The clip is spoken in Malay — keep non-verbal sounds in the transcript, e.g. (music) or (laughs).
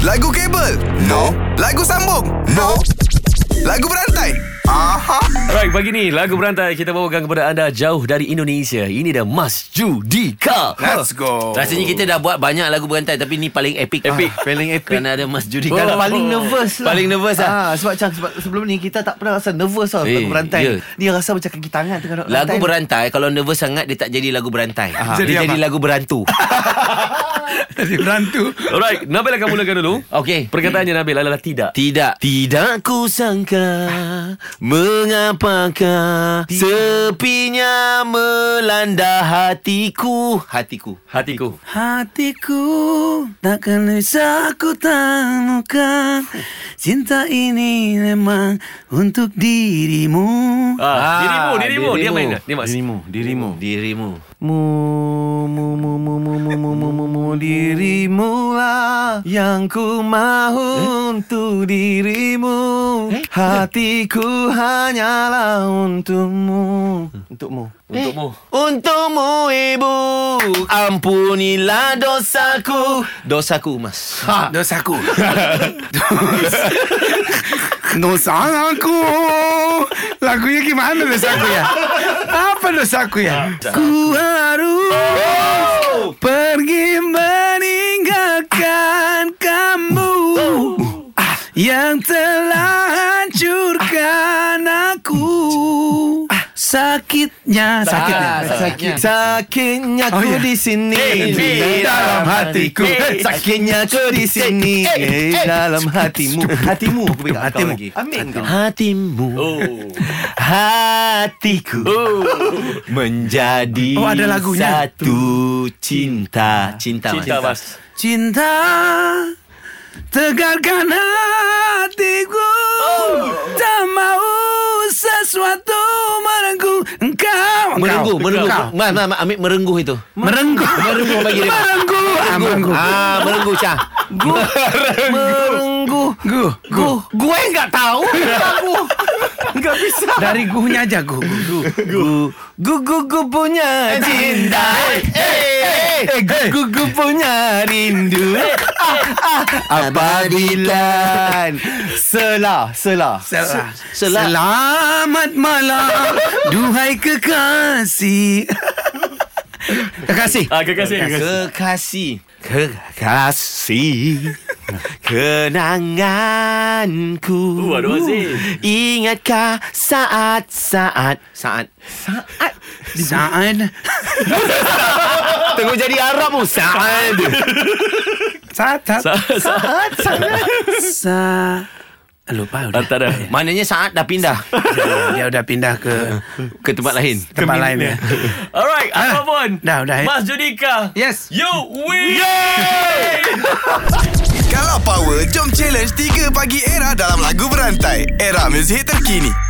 Lagu kabel? No. Lagu sambung? No. Lagu berantai? Aha. Alright, pagi ni lagu berantai kita bawakan kepada anda jauh dari Indonesia. Ini dia Mas Judika. Oh. Let's go. Rasanya kita dah buat banyak lagu berantai Tapi ni paling epic Epic. Paling epic Kerana ada Mas Judika Oh, Oh. Kan paling nervous lah Paling nervous lah ah, Sebab macam sebab sebelum ni Kita tak pernah rasa nervous tau Eh, Lagu berantai ya. Ni rasa macam kaki tangan tengah nak Lagu lantai. berantai Kalau nervous sangat Dia tak jadi lagu berantai Jadi Dia apa? jadi lagu berantu Jadi berantu. Alright, Nabil akan mulakan dulu. Okay Perkataannya Nabil adalah tidak. Tidak Tidak ku sangka Mengapakah Sepinya melanda hatiku Hatiku Hatiku. Hatiku takkan bisa ku temukan Cinta ini memang untuk dirimu Ah, dirimu, dirimu, Dia main dah. Dia Mas. Dirimu Dirimu Dirimu Mu Mu Mu Mu Mu Mu Mu Mu Mu Mu Dirimu lah Yang Eh? ku mahu Untuk dirimu Hatiku hanyalah Untukmu Hmm. Untukmu Untukmu. Untukmu ibu Ampunilah dosaku Dosaku mas Dosaku. Dosa aku. Lagunya gimana dosaku ya? Apa dosaku ya? Ku harus Oh. pergi meninggalkan kamu Oh. Ah, yang telah hancurkan aku. Ah, Sakitnya Sakitnya. Sakit, sakitnya Oh, aku ya. di sini eh, dalam eh, hatiku. eh, sakitnya aku di sini eh, dalam hatimu. Hatimu aku pegang Hatimu. hatimu. Lagi. Ambil kau. Hatimu Hatiku Menjadi Oh, ada lagunya. Satu cinta Cinta, Cinta Mas. Cinta Tegarkan hatiku Oh. Tak mau sesuatu merenggu engkau Merenggu, merenggu. Mas, mas, mas, ambil merenggu itu. Merenggu Merenggu bagi dia. Merenggu Ah, Merenggu Ah, merenggu Syah. Merenggu Gu Gu Gue enggak tahu (laughs) Aku Enggak bisa Dari gunya aja gu Gu Gu Gu Gu Gu punya cinta Eh, Eh gu Gu Gu punya rindu Eh, Apabila Selah, selah. Salah. Selak. Selamat malam Duhai kekasih Kekasih Ah, kekasih. kekasih. Kekasih. Kekasih. Kenanganku. Uh, ada Aziz. Ingatkah saat saat saat Saat Tunggu jadi Arab pun saat Saat Saat Sa- Saat Lupa udah Antara. Maknanya saat dah pindah Dia udah pindah ke ke tempat lain. Tempat lain ya Alright, apa pun. Dah, dah. eh. Mas Judika. Yes. You win. Yay! Kalau power, jom challenge 3 pagi era dalam lagu berantai. Era muzik terkini.